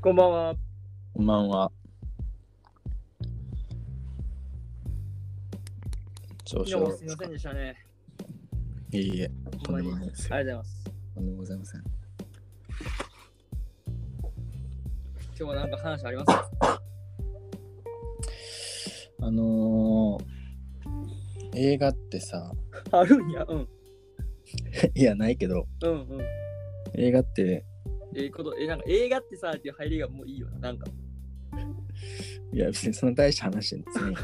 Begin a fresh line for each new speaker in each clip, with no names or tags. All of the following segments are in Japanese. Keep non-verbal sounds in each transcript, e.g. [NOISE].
こんばんは。
こんばんは。少
どうも
々
すみませんでしたね。
いえいえ、
ほ
と
んま
んで
に。
も
あ
な
り
いです
が
よ。
とうございます。
とんでもございません。
今日はなんか話ありますか
あのー、映画ってさ、 [LAUGHS]
あるんや。うん。
いや、ないけど、
うんうん。
映画って、
ええこと、えなんか映画ってさ、っていう入りがもういいよな。なん [LAUGHS] か。
いや、別にその大した話ですね。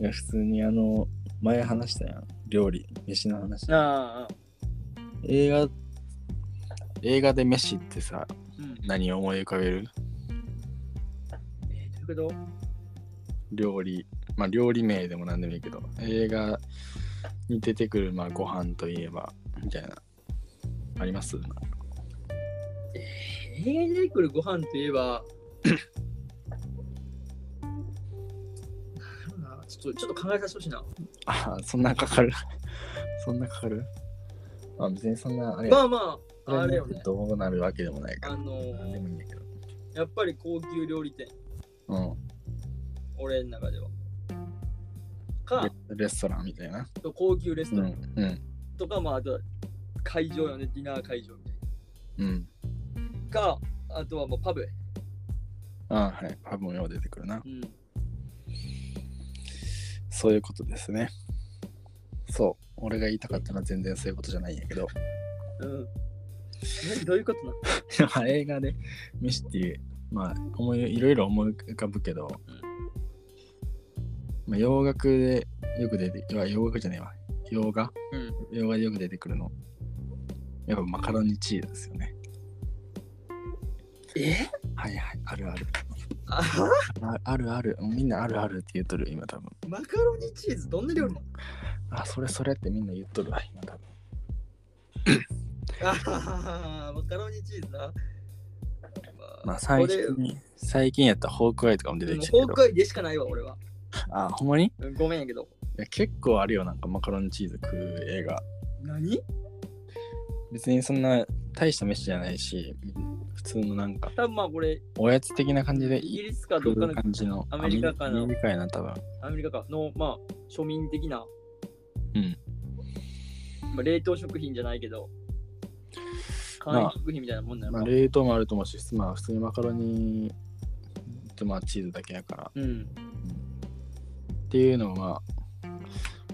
いや、普通にあの、前話したやん。料理、飯の話。
ああ。
映画、映画で飯ってさ、
うん。
何を思い浮かべる
えー、ということ
料理、まあ料理名でも何でもいいけど、映画に出てくる、まあご飯といえば、みたいな、あります [LAUGHS]
映画に出てくるご飯といえば、 [COUGHS] なんだろうなちょっとちょっと考えさせてほしいな。
あそんなかかる [LAUGHS] そんなかかるあ別にそんなあれ
ま
や
あまあ、あれよね。
どうなるわけでもないか
あ
ら。
の
なんで
ー
もいいんだけど。
やっぱり高級料理店、
う
俺の中では。か、
ん。レレストランみたいな。
高級レス
う
ト
ん
ラン。
うん
とか、まあ、あと会場よね、ディナー会場みたい
うん。
な。か、あとはもうパブ。
あはい。パブもよう出てくるな
う。ん。
そういうことですね。そう。俺が言いたかったのは全然そういうことじゃないんやけど。
うん。何どういうことなの
まあ [LAUGHS] 映画で飯っていう、まあ思い、いろいろ思い浮かぶけど、まあ、洋楽でよく出て、いや洋楽じゃねえわ。洋画
うん。
洋画でよく出てくるの。やっぱマカロニチーズですよね。
え
はいはい、あるある。
あ
ああるある。みんなあるあるって言っとる、今多分。
マカロニチーズ、どんな料理なの
あ、それそれってみんな言っとるわ、今多分。
あはははマカロニチーズな。
まあ最
俺
近、最近やったらホークアイとかも出
で
て
も
きた
ホ
け
ー
ど
ク。アイでしかないわ、俺は。
あ、ほんまにい
うんごめんやけど。
や結構あるよ、なんかマカロニチーズ食う映画。
何
別にそんな大した飯じゃないし、普通のなんか、
多分まあ、これ、
おやつ的な感じで
イギ
い
リスかどっか
く
の
感じの。
アメリカかな
アメリカやな、多分。
アメリカかの、まあ、庶民的な、
うん。
まあ、冷凍食品じゃないけど、簡易食品みたいなもんなの
まあ
か、
冷凍もあると思うし、まあ普通にマカロニとまあチーズだけやから。
うん。
っていうのが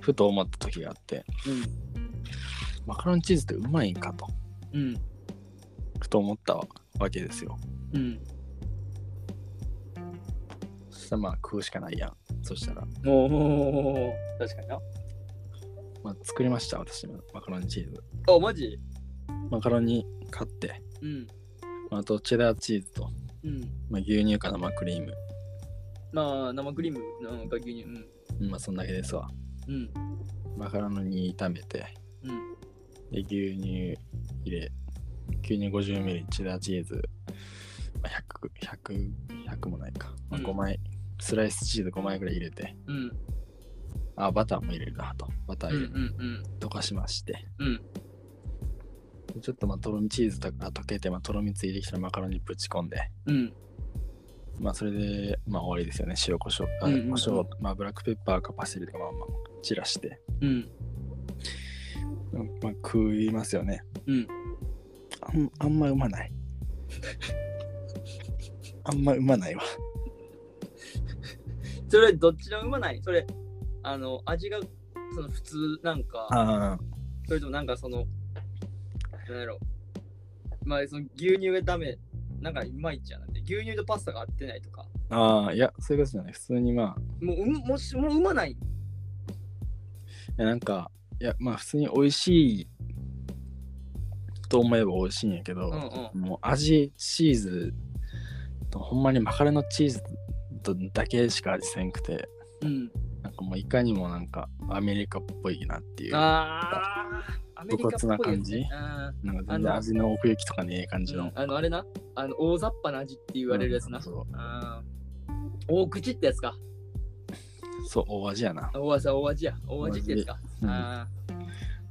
ふと思った時があってマカロンチーズってうまいんかと
うん。うん。
ふと思ったわけですよ
うん。
そしたらまあ食うしかないやんそしたら、
おお確かにな。
まあ、作りました私もマカロンチーズ
あ、マジ
マカロニ買って、
うん。
まあ、あとチェダーチーズと、
うん。
まあ、牛乳か生クリーム
まあ、生クリーム、うん、か牛乳。うん。
うんまあそんだけですわ
うん。
マカロニ炒めて
うん。
で牛乳入れ牛乳50ミリチェダーチーズ、まあ、100, 100, 100もないか、まあ、
うん
5枚、スライスチーズ5枚ぐらい入れて
うん。
あ、バターも入れるなと。バター
うん。う
入れて
ん。
溶かしまして。
うん。
でちょっとまあ、とろみチーズとか溶けて、まあ、とろみついてきたらマカロニぶち込んで、
うん。
まあ、それで、まあ、終わりですよね。塩コショウ、あ
うんうんうん
コショウ、まあ、ブラックペッパーかパセリとか、まあ、まあ、散らして、
うん。
うんまあ、食いますよね。
うん。
あんあんまうまない。あんまうまないわ。
それ、どっちのうまないそれ、あの、味が、その、普通なんか、
ああ、
それともなんか、その、なんやろ。まあ、その、牛乳がダメ、なんか、いまいちやなって、牛乳とパスタが合ってないとか、
ああ、いや、そういうことじゃない。普通にまあ、
もう、うん、もし、もううまない。
いやなんか、いや、まあ、普通に美味しいと思えば美味しいんやけど、
うんうん。
もう味チーズとほんまにマカロニのチーズとだけしか味せんくて
うん。
なんかもういかにもなんかアメリカっぽいなっていうなん
ああ、アメリカっぽいやつね
露骨な感じ
あ
か全然味の奥行きとかねえ感じ
ーうん
の
あの、あれな、あの、大雑把な味って言われるやつな。
そう
あー大口ってやつか。
そう大味やな、
大味大味や。大味ってやつか。
うん
あ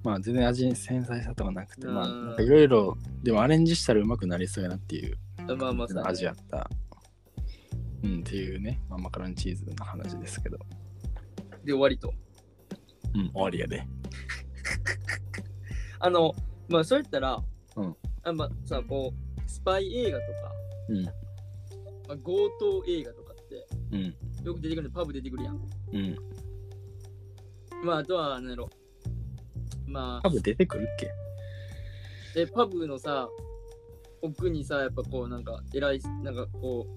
まあ全然味に繊細さとかなくてまあ
うん
なんかいろいろでもアレンジしたらうまくなりそうやなっていう
ーまあまあさ、
味わった、うん、っていうね、まあ、マカロンチーズの話ですけど、
で終わりと。
うん、終わりやで。
あの、まあそう言ったら、
うん
あまあさ、こう、スパイ映画とか、
うん、
まあ、強盗映画とかって、
うん、
よく出てくるのパブ出てくるやん。
うん。
まああとは、なんやろ。まあ
多、分出てくるっけ
え、パブのさ、奥にさ、やっぱこう、なんか、偉い、なんかこ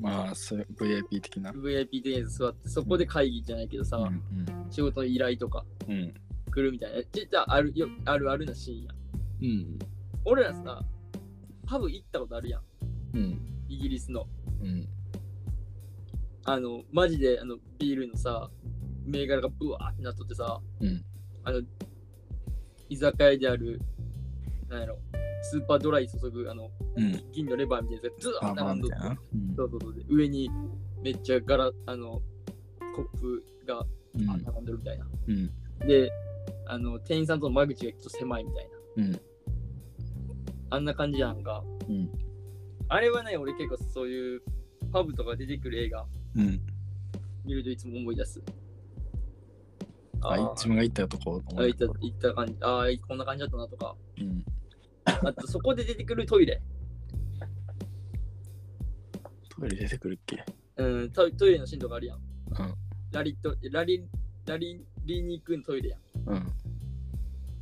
まあ、そう VIP 的な
う、。VIP で座って、そこで会議じゃないけどさ、
うん、
仕事の依頼とか
うん、うん。
来るみたいな。実はあるよ、あるあるなシーンやん。
うん、
俺らさ、パブ行ったことあるやん。
うん、
イギリスの。
うん。
あの、マジで、あの、ビールのさ、銘柄がブワーってなっとってさ、
うん
あの、居酒屋である、なんやろ、スーパードライ注ぐ、あの、
うん、
銀のレバーみたいなやつがズワー
あ
って
まあ、
並んど
みたい
って
な。うん
そうそうそうで、上にめっちゃガラ、あの、コップが
うん
あ並んでるみたいな。
うん、
で、あの、店員さんとの間口がちょっと狭いみたいな。
うん、
あんな感じやんか。
うん、
あれはね、俺結構そういう、パブとか出てくる映画
うん。
見るといつも思い出す。
あ、
ー
自分が行ったとこ。
あ行った行った感じ、ああ、こんな感じだったなとか、
うん。
あとそこで出てくるトイレ、
トイレ出てくるっけ
うん、トイトイレのシーンとかあるやん。
うん、
ラリとラリラリリに行くのトイレやん。
うん、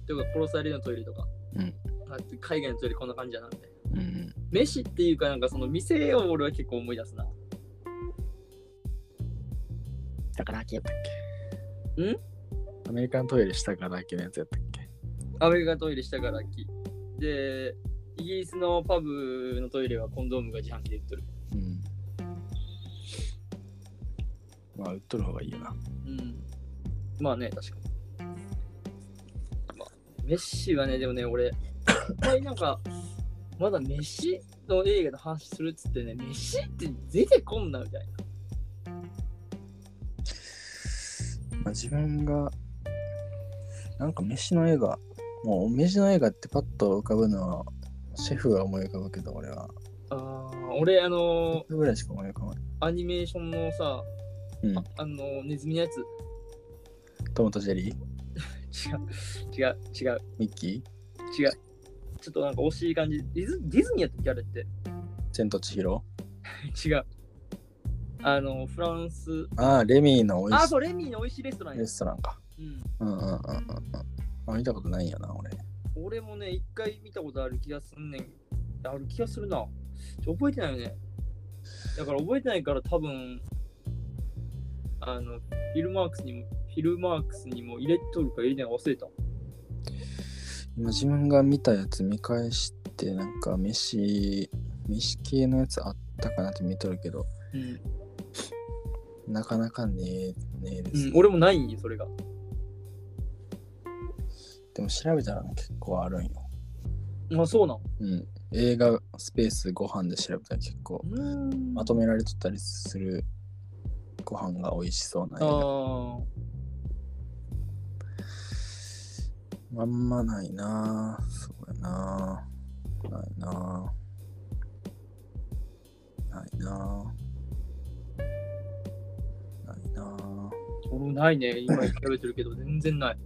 とか、殺されるのトイレとか、
うん
あと海外のトイレこんな感じだなみたいな。
うん。
飯っていうか、なんかその店を俺は結構思い出すな。
だから開けやったっけアメリカントイレ下から開けのやつやったっけ
アメリカトイレしたからき。で、イギリスのパブのトイレはコンドームが自販機で売っとる。
うん。まあ、売っとる方がいいよな。
うん。まあね、確かに。まあ、メッシはね、でもね、俺、いっぱいなん [LAUGHS] か、まだメッシの映画の話するっつってね、メッシって出てこんなみたいな。
まあ、自分が、なんか飯の映画、もう飯の映画ってパッと浮かぶのは、シェフが思い浮かぶけど、俺は。
あー俺、あの
ぐらいしか思い浮かばない。
アニメーションのさ、
うん
あ。あのネズミのやつ、
トムとジェリー
違う、違う、違う、
ミッキー
違う。ちょっとなんか惜しい感じ。ディズディズニーやったっけあれって。 [LAUGHS]
千と千尋
違う。あの、フランス。
ああ、レミーの美
あ
味
ー、
し
そう、レミーの美味しいレストラン
い
や
レ。ストランか。
うん。
うんうんうんうんうん。あ、見たことないんやな、俺。
俺もね、一回見たことある気がすんねん。ある気がするな。ちょ覚えてないよね。だから覚えてないから多分、あの、フィルマークスにも、フィルマークスにも入れとるか入れてないか忘れた。
今自分が見たやつ見返してなんか飯飯系のやつあったかなって見とるけど
うん。
なかなかねえねえで
う
す、
ん、俺もないんよ、それが。
でも調べたら結構あるんよ、
まあ、そうなの。
うん、映画スペースご飯で調べたら結構
うん
まとめられとったりするご飯が美味しそう
あ
な映画
ー
あんまないなぁそうやなぁないなぁないなぁないなぁ
俺もないね。今調べてるけど、全然ない。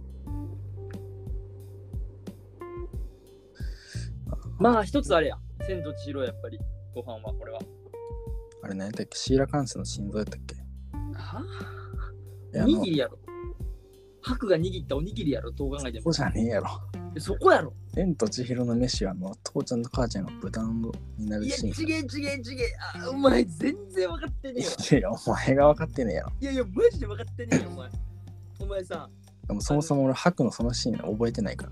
[LAUGHS] まあ、一つあれや。千と千尋やっぱり、ご飯は、これは。
あれ何やったっけシーラカンスの心臓やったっけ
は
え
お
あ
に
の
ぎりやろ。白が握ったおにぎりやろ、どう考えて
そ
も
こ。じゃねえやろ。
えそこやろ。
千と千尋の飯はあの父ちゃんと母ちゃんが豚になる
いや、
シーン
ち。げえちげえちげえ。あ、お前、全然分かってねえわ。
いやいや、お前が分かってねえやろ。
いやいや、マジで分かってねえよ、お前。お前さ、
でもそもそも俺、白のそのシーン覚えてないか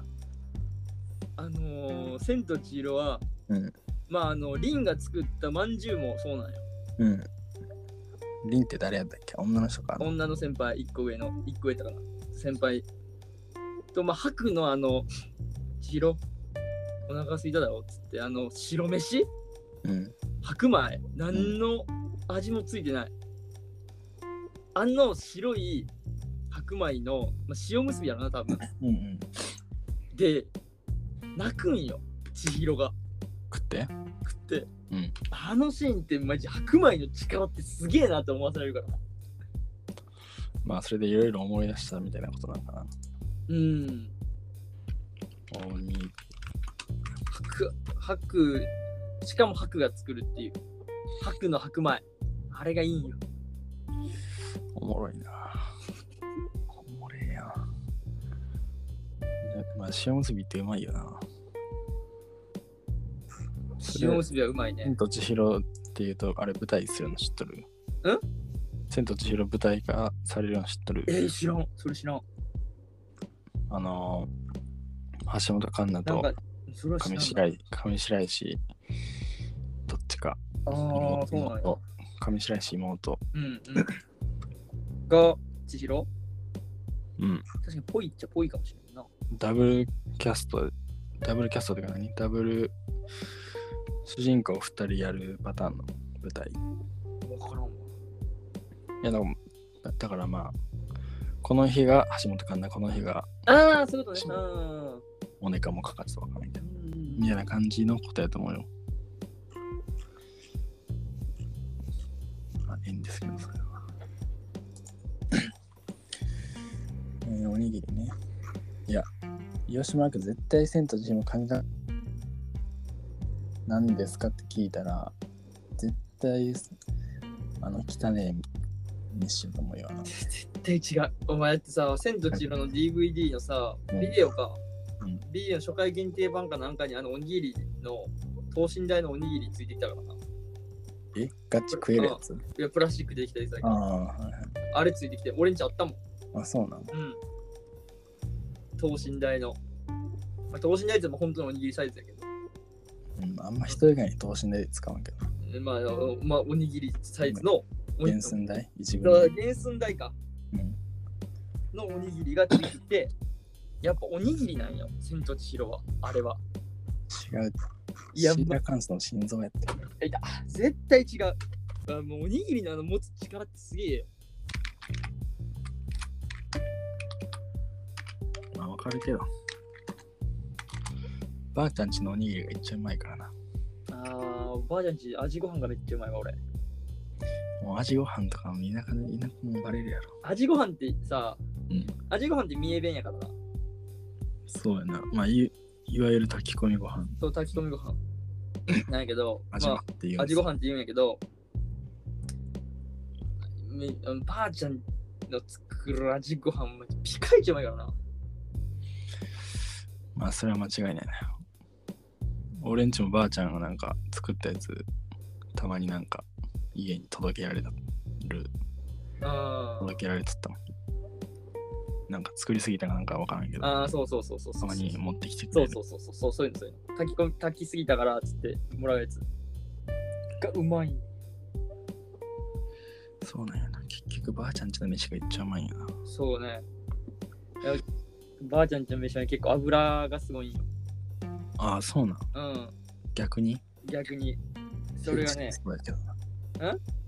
あ
ら。
のー、千と千尋は、
うん
まあ、あの、凛が作ったまんじゅうもそうなんよ。
うん。リンって誰やったっけ女の人か。
女の先輩、一個上の、一個上とかな。先輩。と、まあ、白のあの、千尋、お腹すいただろ、つって、あの、白飯
うん。
白米何の味もついてない、あの白い白米の、まあ、塩結びやろな多分
うんうん。
で泣くんよ千尋が
食って
食って、
うん
あのシーンってマジ白米の力ってすげえなって思わされるからな
まあそれでいろいろ思い出したみたいなことなのかな
うん
大に
白白しかも白が作るっていう白の白米あれがいいんよ
おもろいなおもれえやんまあ塩結びってうまいよなそれ
塩結びはうまいね
千と千尋っていうとあれ舞台するの知っとる千と千尋舞台化されるの知っとる
えー、知らんそれ知らん
あのー橋本環奈
なん
と
かそれは知
上
らんな
白石上白石どっちか
ああーそうなんや
妹上白石妹
うんうんが千尋
うん
確かにぽいっちゃぽいかもしれんな
ダブルキャストダブルキャストというか何ダブル主人公2人やるパターンの舞台
分からんわ
いやでもだだからまあこの日が橋本環奈この日が
ああそういうことねうん
おねかもかかってたわかみたいな
うん
みたいな感じのことやと思うよまあいいんですけどそれはえ [COUGHS] ーおにぎりねいや広島君絶対千と千尋の神が何ですかって聞いたら絶対あの汚ねえ飯だと思うよあの
絶対違うお前だってさ「千と千尋」の DVD のさ
うん
ビデオか、
うん
ビデオの初回限定版かなんかにあのおにぎりの等身大のおにぎりついてきたからな
えガチ食えるやつ
いやプラスチックでできたやつだけ
あ
ど
あ,、はいはい、
あれついてきて俺んちあったもん
あそうなんだ
うん等身大の、まあ、等身大っても本当のおにぎりサイズだけど
うん、あんま人以外に等身大で使わんけど
えまあ、あのまあ、おにぎりサイズのおに
原寸大一部
だから原寸大か
うん
のおにぎりがついてきてやっぱおにぎりなんよ千と千尋はあれは
違う。
いや
シーラカンスの心臓やって。
絶対違う。あもうおにぎりのあの持つ力ってすげえよ。
まあわかるけど。ばあちゃんちのおにぎりがいっちゃうまいからな。
ああ、おばあちゃんち味ご飯がめっちゃうまいわ俺。
もう味ご飯とかも田舎で田舎もバレるやろ。
味ご飯ってさ、
うん
味ご飯って三重弁やからな。
そうやな。まあいいわゆる炊き込みご飯。
そう、炊き込みご
[CLEARS THROAT]
飯。なんやけど、
味ご飯っていう、
まあ、味ご飯って言うんやけど、めあのばあちゃんの作る味ご飯めっちゃピカイチうまいからな。
まあそれは間違いないな。俺んちもばあちゃんがなんか作ったやつ、たまになんか家に届けられたる、
あー
届けられとったもん。なんか作りすぎたかなんかわからんけど、
あー、そうそうそうそうそ
た
う
ま
そう。
に持ってきてく
そ
れ
う
る
そうそうそうそうそういうのそういうの炊き込み炊きすぎたからっつってもらうやつがうまい
そうなんやな。結局ばあちゃんちの飯がいっちゃうまいんやな。
そうねいやばあちゃんちの飯は結構油がすごいんよ
ああ、そうなん。
うん
逆に
逆にそれがね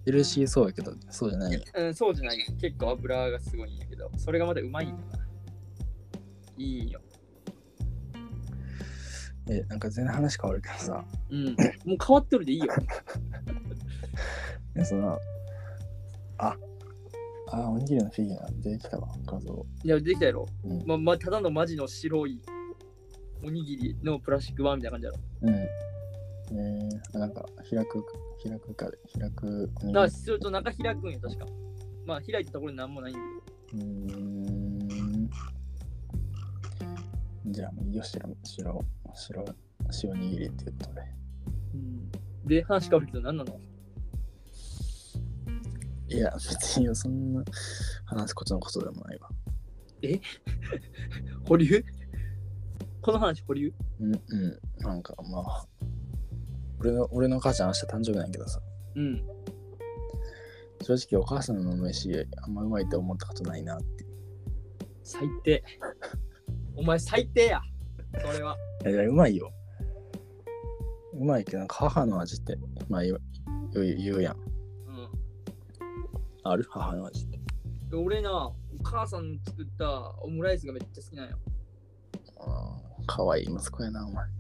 ヘルシーそうやけどな。
ん
ヘルシーそうやけど、そうじゃない。
うんそうじゃないよ結構油がすごいんやけどそれがまだうまいんだないいんよ
え、なんか全然話変わるけどさ。 [LAUGHS]
うんもう変わっとるでいいよ
え、その、あ、あ、おにぎりのフィギュア出てきたわ、画像。
いやできたやろ、
うん
ままただのマジの白いおにぎりのプラスチック版みたいな感じやろ
うん。えー、なんか、開く、開くか、開くおに
だから
ぎ
すると中開くんよ確かまあ開いたところになんもないんやけど
り。うーん。じゃあ、もういいよ、白、白、白、白おにぎりっていうことで。
で、話変わるけど何なの
いや、別によ、そんな話すことのことでもないわ。
保留 [LAUGHS] この話保留
うん、うん。なんか、まあ、俺の、俺の母ちゃん明日誕生日なんやけどさ、
うん。
正直お母さんの飯、あんまうまいって思ったことないな。
最低。お前最低や。それは。
いや、いやうまいよ。うまいけど、なんか母の味って、まあ言う言う言うやん。
う
ある母の味って。
ん。で俺な、お母さんの作ったオムライスがめっちゃ好きなんよ。
あーかわいい息子やな、お前。
も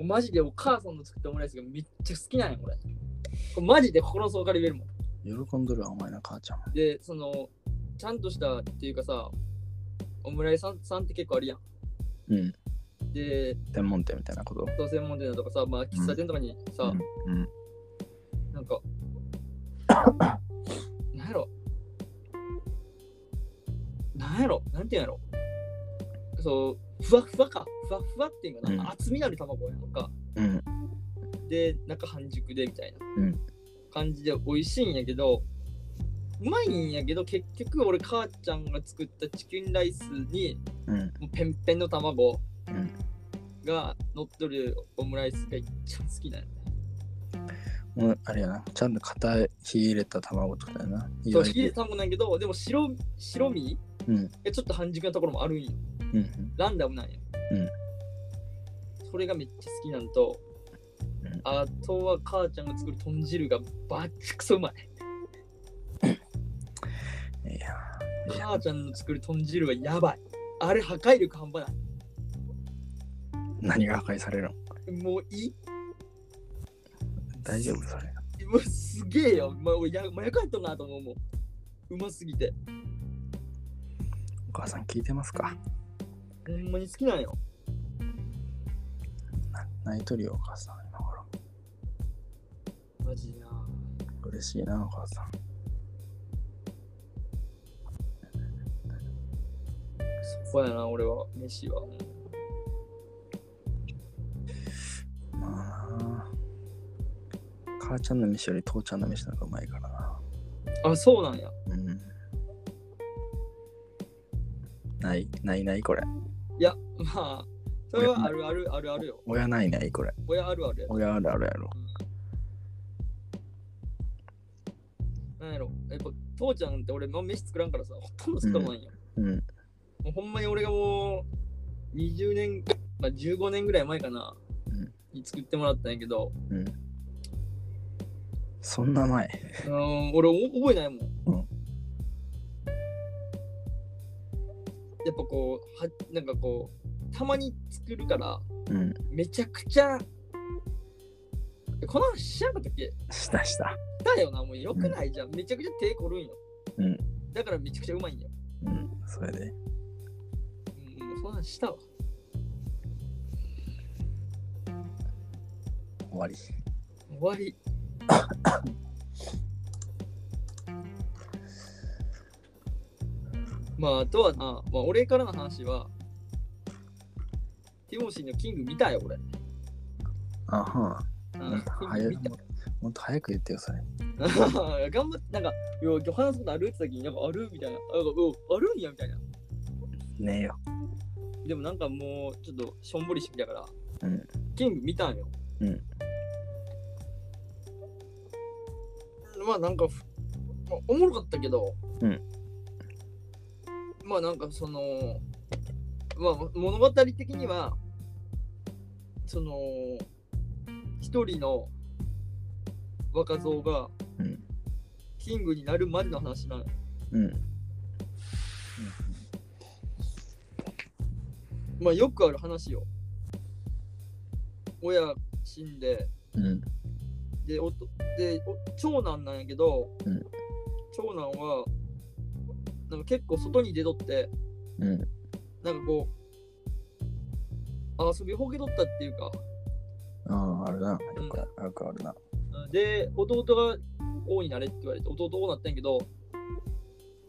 うマジでお母さんの作ったオムライスがめっちゃ好きなんや、これ。これマジで心の底から言えるもん。
喜んどるわ、お前の母ちゃんも。
で、その、ちゃんとしたっていうかさ、オムライスさんって結構あるやん。
うん。
で、
天文店みたいなこと。
当専門店だとかさ、まあ、喫茶店とかにさ、
うん。うん
なんか、なんやろなんやろなんていうんやろそう、ふわふわか。ふわふわっていうかな、
うん
厚みのある卵やんか。
うん。
で、中半熟でみたいな
うん
感じで美味しいんやけど、うまいんやけど、結局俺、母ちゃんが作ったチキンライスに、
うん。
もうペンペンの卵
うん
が乗っとるオムライスが一番好きなの。
もうあれやな、ちゃんと硬い火入れた卵とかやな。
そう、
意外と
ひで卵なんやけど、でも白白身
うん。
がちょっと半熟なところもあるんよ。
うん。
ランダムなんよ。
うん
それがめっちゃ好きなんと、
うん
あとは母ちゃんが作る豚汁がバッチクソうまい。
いや。いや
母ちゃんの作る豚汁はやばい。あれ破壊力半端な
何が破壊されるの
い。もうい
大丈夫それ。
い。もうすげえよ。まあ、俺や麻薬やったなと思うもん。うますぎて。
お母さん聞いてますか
ほんまに好きなんよ。
な泣いとるよ、お母さん。今頃。
マジな。
嬉しいな、お母さん。
そこやな、俺は、飯は。
まあ。母ちゃんの飯より父ちゃんの飯なんかうまいからな。
あ、そうなんや。
うん。ない、ないないこれ。
いや、まあ、それはあるあるあるあるよ。
親ないないこれ。
親あるあるや
親あるあるやろ。
なんやろやっぱ父ちゃんって俺の飯作らんからさ、ほとんど作らないんや。
うん。
もうほんまに俺がもう20年、まあ、15年ぐらい前かな、
うん
に作ってもらったんやけど、
うん。そんな前。
うーん、俺お覚えないもん。
うん
やっぱこうは、なんかこう、たまに作るから、
うん。
めちゃくちゃ、えこの話しなかったっけ
したした。
だよな、もうよくないじゃん。めちゃくちゃ手こるんよ。
うん
だからめちゃくちゃうまいんよ。
うん。それで。
うん、もうそんなんしたわ。
終わり。
終わり。まあ、あとはな、まあ、俺からの話は、ティモシーのキング見たよ、俺。
あは
うん
もっと早
キ
い
ング見た。 [LAUGHS]
もっと早く言ってよ、それ。
頑張って、なんか、いや今日話すことあるって時に、なんかあるみたいな。あなんかうんあるんや、みたいな。
ねえよ。
でもなんかもうちょっとしょんぼりしてきたから、
うん
キング見たんよ。
うん
まあなんかふ、まあ、おもろかったけど、
うん
まあなんかその、まあ物語的には、その、一人の若造が
うん。
キングになるまでの話なんよ
うん。
まあよくある話よ。親死んで、
うん。
で、おとでお長男なんやけど、
うん
長男はなんか結構外に出とって、
うん。
なんかこう、遊びほけとったっていうか、
ああ、あるな。よくあるよくあるな。
で、弟が王になれって言われて、弟王になったんやけど、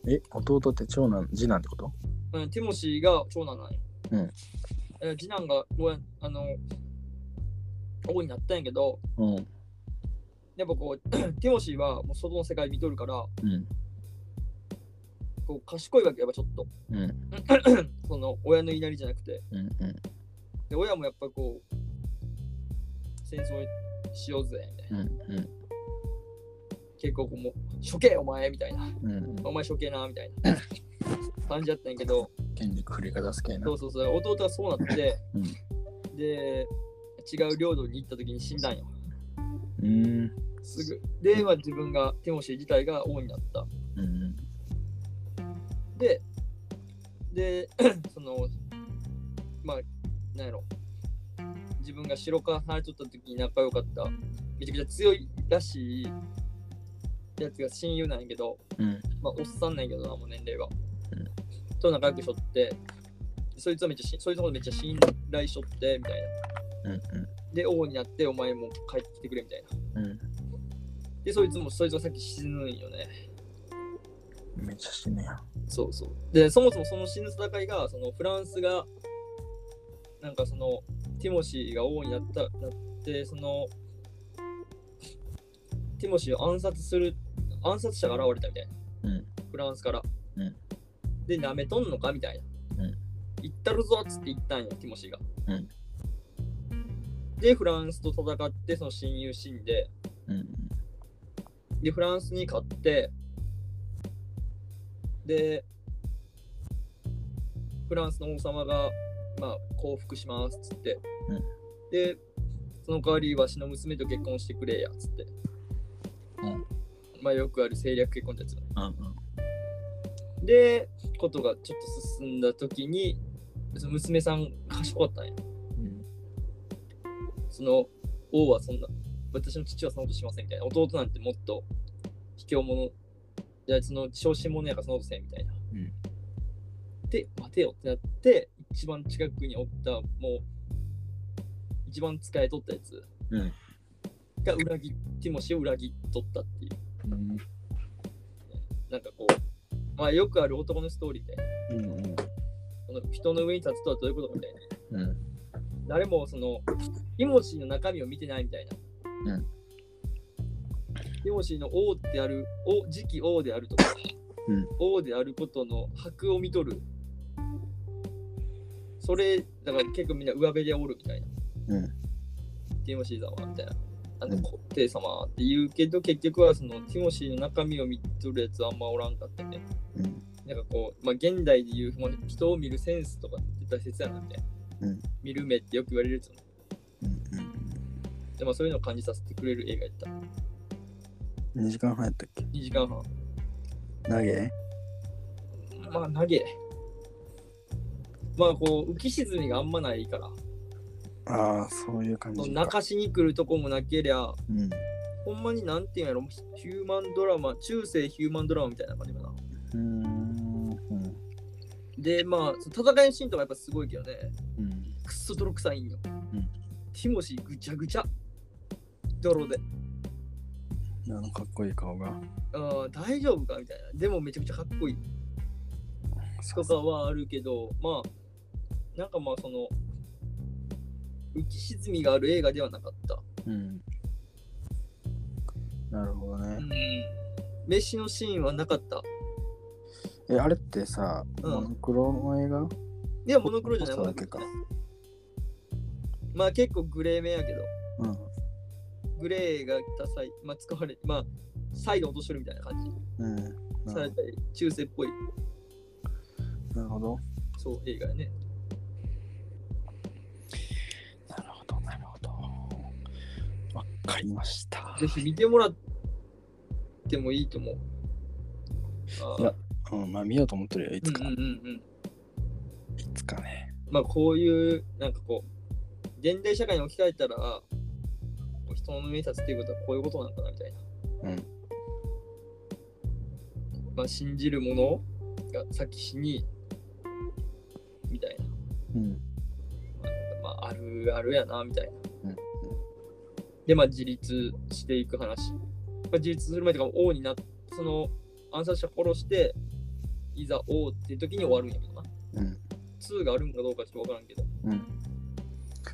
え、弟って長男、次男ってこと
うん、ティモシーが長男なんや。
うん
えー次男が王やあの王になったんやけど、
うん。
やっぱこう、 [CLEARS THROAT] ティモシーはもう外の世界見とるから、
うん。
こう賢いわけやっぱちょっと、
うん
その親の言いなりじゃなくて。
うん。うん。
で、親もやっぱこう、戦争しようぜ、みたいな。
うん。
結構こう、もう、処刑お前みたいな。
うん。うん。
お前処刑な、みたいな。感じだったんやけど、
権力振りかざす系な
そ。うそうそう、弟はそうなって、
うん
で、違う領土に行った時に死んだんよ。
うん。
すぐ。で、まあ、自分が、ティモシー自体が王になった。
うん。
で、 [CLEARS THROAT] で、その、まあ、なんやろ。自分が白川離れとった時に仲良かっためちゃくちゃ強いらしいやつが親友なんやけど、
うん
まあおっさんなんやけどなもう年齢は、
うん
と仲良くしとってそいつはめっちゃしそいつのことめっちゃ信頼しとってみたいな
う
で王になってお前も帰ってきてくれみたいなん
うん。
でそいつもそいつがさっき死ぬんよね
めっちゃ死ぬやん。
そうそう。で、そもそもその死ぬ戦いが、そのフランスが、なんかその、ティモシーが王になった、なって、その、ティモシーを暗殺する、暗殺者が現れたみたいな。
うん
フランスから。
うん
で、舐めとんのかみたいな。
うん
行ったるぞっつって言ったんよ、ティモシーが。
うん
で、フランスと戦って、その親友死んで、
うん
で、フランスに勝って、で、フランスの王様が、まあ、降伏しますっつって、
うん
で、その代わりわしの娘と結婚してくれやっつって、
うん
まあ、よくある政略結婚ってやつだね。
うん
で、ことがちょっと進んだ時に、その娘さん賢かったんや。
うん。
その王はそんな、私の父はそんなことしませんみたいな。弟なんてもっと卑怯者、いや、その小心者やからそんなことせんみたいな。
うん
で、待てよってなって、一番近くにおった、もう、一番使えとったやつ
うん
が裏切っ、ティモシーを裏切っとったっていう、
うん
なんかこう、まあよくある男のストーリーみたいな。
うん
その人の上に立つとはどういうことかみたいな。
うん
誰もその、ティモシーの中身を見てないみたいな。
うん
ティモシーの王である、王次期王であるとか、
うん
王であることの箔を見とる。それ、だから結構みんな上辺でおるみたいな。
うん
ティモシー様みたいな。あ
う
の、
ん
皇帝様って言うけど、結局はそのティモシーの中身を見とるやつはあんまおらんかったね。
うん
なんかこう、まあ、現代でいう、まあ人を見るセンスとかって大切やなみたいな。
うん
見る目ってよく言われるやつも
うん
でもそういうのを感じさせてくれる映画やった。
2時間半やったっけ
2時間半。
投げ
まあ、投げ。まあ、こう、浮き沈みがあんまないから、
ああ、そういう感
その
じか。
泣かしに来るとこもなけりゃ、
うん。
ほんまになんていうんやろ、ヒューマンドラマ、中世ヒューマンドラマみたいな感じかな。
うん。うん。
で、まあ、その戦いのシーンとかやっぱすごいけどね、
うん。
くっそ泥臭いんよ。
うん
ティモシーぐちゃぐちゃ。泥で。
あのかっこいい顔が。
あー大丈夫かみたいな。でもめちゃくちゃかっこいい。とかはあるけど、まあ、なんかまあその、浮き沈みがある映画ではなかった。
うん。なるほど
う
ね。
ん。飯のシーンはなかった。
え、あれってさ、
うん
モノクロの映画
いや、モノクロじゃない
そ
モ
うだ
ノ
っ
ク
けか
ロ。まあ結構グレーめやけど、
うん。
グレーが多彩、まあ使われ、まあ、再度落としてるみたいな感じ。
うん。
さ
な
れたり、中世っぽい、
なるほど。
そう、映画やね。
なるほど、なるほど。わかりました。
ぜひ見てもらってもいいと思う。あー
いやうん、まあ見ようと思ってるよ、いつか。
うんうんうんうん。
いつかね。
まあこういうなんかこう現代社会に置き換えたらこう人の上に立つっていうことはこういうことなんだなみたいな、
うん
まあ、信じるものが先死にみたいな、
うん。
まあ、あるあるやなみたいな、
うん
でまあ自立していく話、まあ、自立する前とか王になっその暗殺者殺していざ王っていう時に終わるんやけどな
うん。
2があるんかどうかちょっと分からんけど
うん。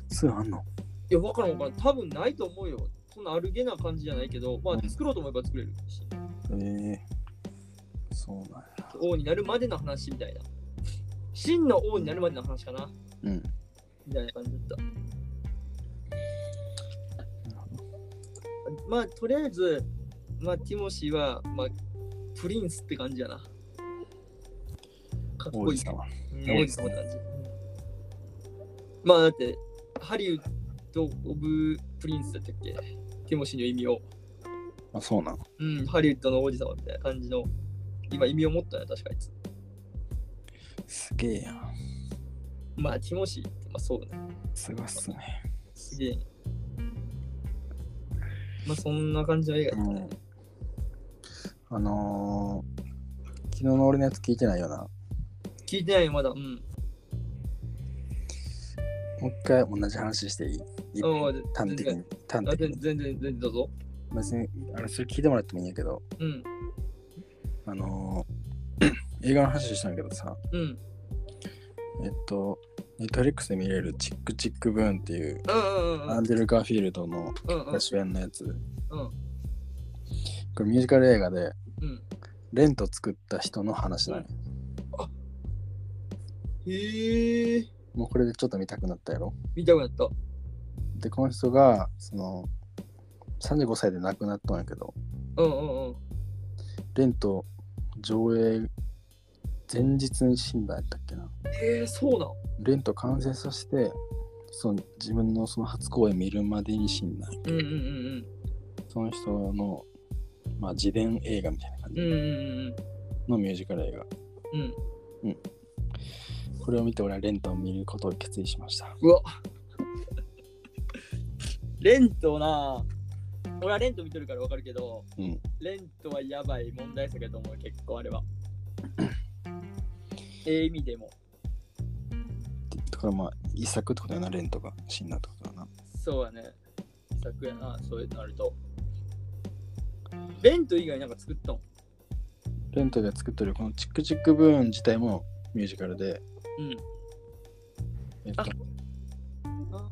すぐあんの
いや、わからんわからん。多分ないと思うよ。そんなあるげな感じじゃないけど、ま
う
あ
ん
作ろうと思えば作れるし、
ええそうなんや。
王になるまでの話みたいな。真の王になるまでの話かな、
うん。な
みたいな感じだった。
るほど
まあ、とりあえず、まあ、ティモシーは、まあ、プリンスって感じやな。かっこ
王
い
子
い。
様。
うん王子様って感じ。まあ、だって、ハリウッド・オブ・プリンスだったっけティモシーの意味を。
あ、そうなの。
うん、ハリウッドの王子様みたいな感じの、今意味を持ったね、確かあいつ。
すげえやん。
まあ、ティモシーって、まあそうね。
すごいっすね。
すげえ。まあそんな感じの映画だったね。
あのー、昨日の俺のやつ聞いてないよな。
聞いてないよ、まだ。うん。
もう一回同じ話していい一
お
分
う
端的に。端
あ
的
全
に。
全然、全然どうぞ。
別に、あれ、それ聞いてもらってもいいんやけど、
うん。
あのー、 [CLEARS THROAT] 映画の話したんやけどさ、
うん。うん
えっと、ネットフリックスで見れるチックチックブーンっていう、
うんうんうん。
アンデル・ガーフィールドの
うんうん。
主演のやつ、
うん
これミュージカル映画で、
うん。
レント作った人の話なのよ。
へえ。
もうこれでちょっと見たくなったやろ。
見たくなった。
で、この人が、その、35歳で亡くなったんやけど、
うんうんうん。
レント上映前日に死んだんやったっけな。
えー、そうなん。
レント完成させて、その自分のその初公演見るまでに死んだんや。
うんうんうん
その人の、まあ、自伝映画みたいな感
うん。う
じ
んうん
のミュージカル映画。
うん。うん。
これを見て俺はレントを見ることを決意しました。
うわレントな俺はレント見てるからわかるけど、
うん
レントはやばい問題作やと思う結構あれは [CLEARS THROAT] ええ意味でも
だからまあ、一作ってことやな、レントが死んだってことだな。
そうやね作やなそうなるとレント以外なんか作ったん
レントが作ってるこのチックチックブーン自体もミュージカルで、
うん
えっと
あ、あ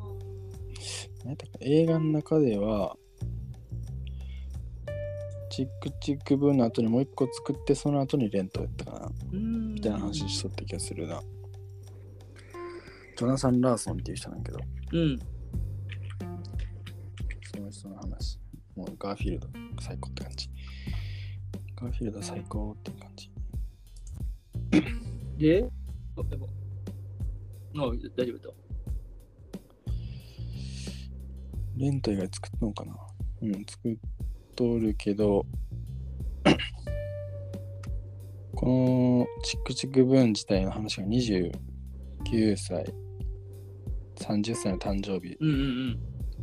何やったっけ映画の中では、チックチックブーンの後にもう一個作って、その後にレントやったかな。
ーうん
みたいな話しとった気がするな。ジョナサン・ラーソンっていう人なんやけど、
うん
その人の話。もうガーフィールド最高って感じ。ガーフィールド最高って感じ。
であでもあ大丈夫だ
レント以外作ったのかなうん、作っとるけど、 [COUGHS] このチックチックブーン自体の話が29歳、30歳の誕生日、
うんうんうん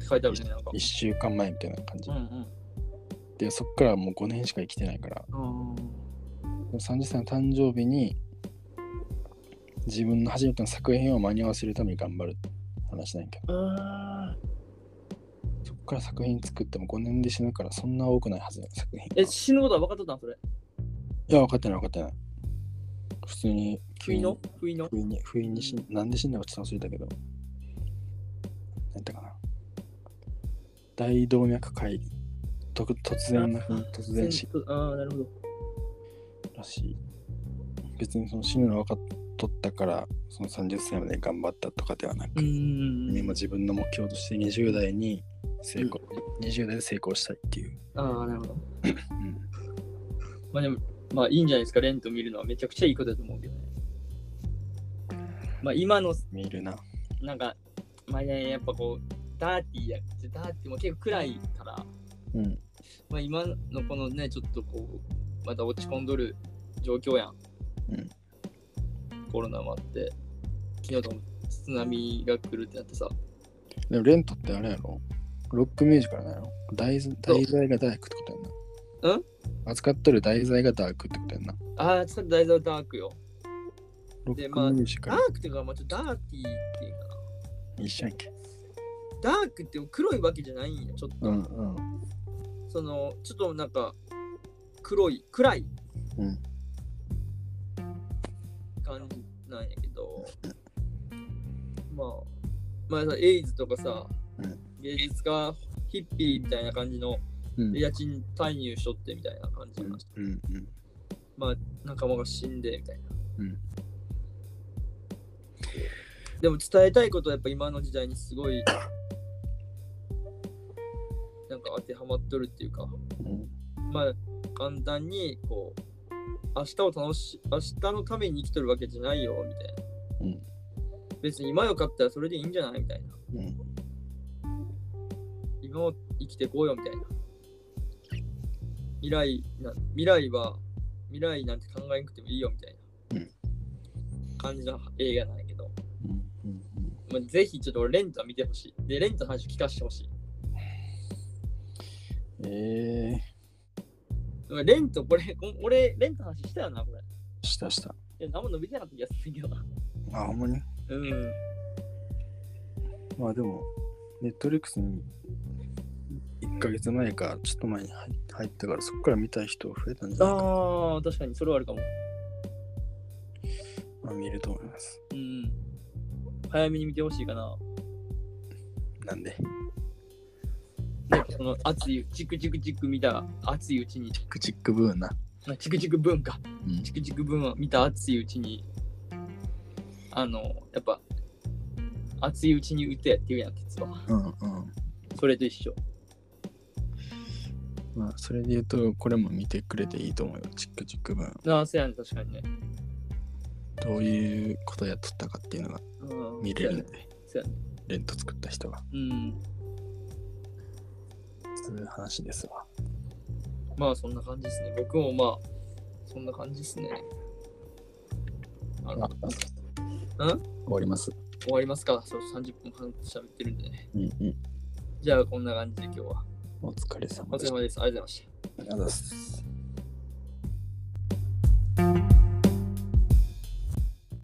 書いてあるねなんか
1週間前みたいな感じ
うん。うん
で、そっからもう5年しか生きてないから、
あ
30歳の誕生日に自分の初めての作品を間に合わせるために頑張る話なんやけど、
あ
そっから作品作っても5年で死ぬからそんな多くないはずや作品が。
え、死ぬことは分かっとったんそれ。
いや、分かってない分かってない。普通に、
不意の不意の
不意に、不意に死ん、なんで死んだかちょっと忘れたけど。なんてかな。大動脈解離。とく突然な、突然死
ああ、なるほど。
らしい。別にその死ぬの分かっとったから、その30歳まで頑張ったとかではなく、
うー
今
ん。
自分の目標として20代に成功、20代で成功したいっていう。
ああ、なるほど。
うん
まあでも、まあいいんじゃないですか、レント見るのはめちゃくちゃいいことだと思うけどね。まあ今の、
見るな。
なんか、まあね、やっぱこう、ダーティーや、ダーティーも結構暗いから、
うん。
まあ今のこのね、ちょっとこう、また落ち込んどる状況やん。
うん
コロナもあって、昨日とも津波が来るってなってさ。
でもレントってあれやろロックミュージカルなんやろ題材題材がダークってことやんな。
ん
扱っとる題材がダークってことやんな。
ああ、ちょっと大豆ダークよ。
ロ
で
ッ
まあ
クミュージカ
ダ
ル
ークっていうか、まあ、ちょっとダーティーっていうかな。
一緒やんけ。
ダークって黒いわけじゃないんや。ちょっと、
うんうん。
その、ちょっとなんか、黒い、暗い
うん
感じなんやけど、まあ、まあさ、エイズとかさ
うん、
芸術家、ヒッピーみたいな感じの、
うん
で家賃滞入しとってみたいな感じの話
うんうん。
仲間が死んでみたいな。
うん
でも伝えたいことはやっぱ今の時代にすごいなんか当てはまっとるっていうか、
うん
まあ簡単にこう明日を楽し明日のために生きとるわけじゃないよみたいな。
うん
別に今よかったらそれでいいんじゃないみたいな。
うん
今を生きてこうよみたいな。未来な未来は未来なんて考えなくてもいいよみたいな、
うん
感じの映画なんやけど、
うんうん
まあ、ぜひちょっと俺レンタ見てほしい。で、レンタの話聞かせてほしい。
ええ
レンタ、これ、こ俺、レンタの話したよな、これ。
したした。
いや、何も伸びてなかった気がするけどな。
あ、ほんまに
うん。
まあでも、ネットリックスに1ヶ月前か、ちょっと前に入入ったから、そこから見たい人増えたんじゃないか
ああ、確かにそれはあるかも。
まあ、見ると思います。
うん。早めに見てほしいかな。
なんで、
なんかその熱い、チクチクチク見た熱いうちに、
クチックブーンな。
あチクチク文化、
うん
チクチク文を見た熱いうちに、あの、やっぱ、熱いうちに打てって言うやん、鉄は。
うんうん。
それと一緒。
まあ、それで言うと、これも見てくれていいと思うよ。チックチックブーン。
ああ、そうやね、確かにね。
どういうことやっとったかっていうのが
うん
見れる
そ
ん
うや
で
ね。そうやね。
レント作った人が。
うん。
そういう話ですわ。
まあ、そんな感じですね。僕もまあ、そんな感じですね。あのん
終わります。
終わりますか。そう、30分半喋ってるんでね。
うんうん。
じゃあ、こんな感じで今日は。
お疲れ様
お疲
で
れ
した。
様です。ありがとうございました。
ありがとうございます。